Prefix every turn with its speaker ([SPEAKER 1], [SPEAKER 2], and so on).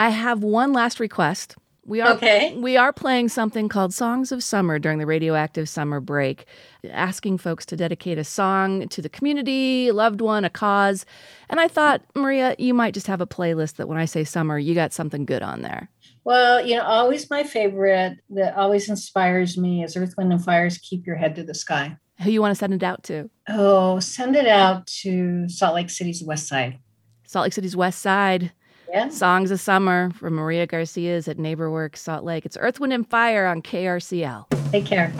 [SPEAKER 1] I have one last request. We are
[SPEAKER 2] Okay.
[SPEAKER 1] we are playing something called Songs of Summer during the radioactive summer break, asking folks to dedicate a song to the community, loved one, a cause. And I thought, Maria, you might just have a playlist that when I say summer, you got something good on there.
[SPEAKER 2] Well, you know, always my favorite that always inspires me is Earth, Wind, and Fire's Keep Your Head to the Sky.
[SPEAKER 1] Who you want to send it out to?
[SPEAKER 2] Oh, send it out to Salt Lake City's West Side.
[SPEAKER 1] Salt Lake City's West Side.
[SPEAKER 2] Yeah.
[SPEAKER 1] Songs of Summer from Maria Garcia's at NeighborWorks Salt Lake. It's Earth, Wind, and Fire on KRCL.
[SPEAKER 2] Take care.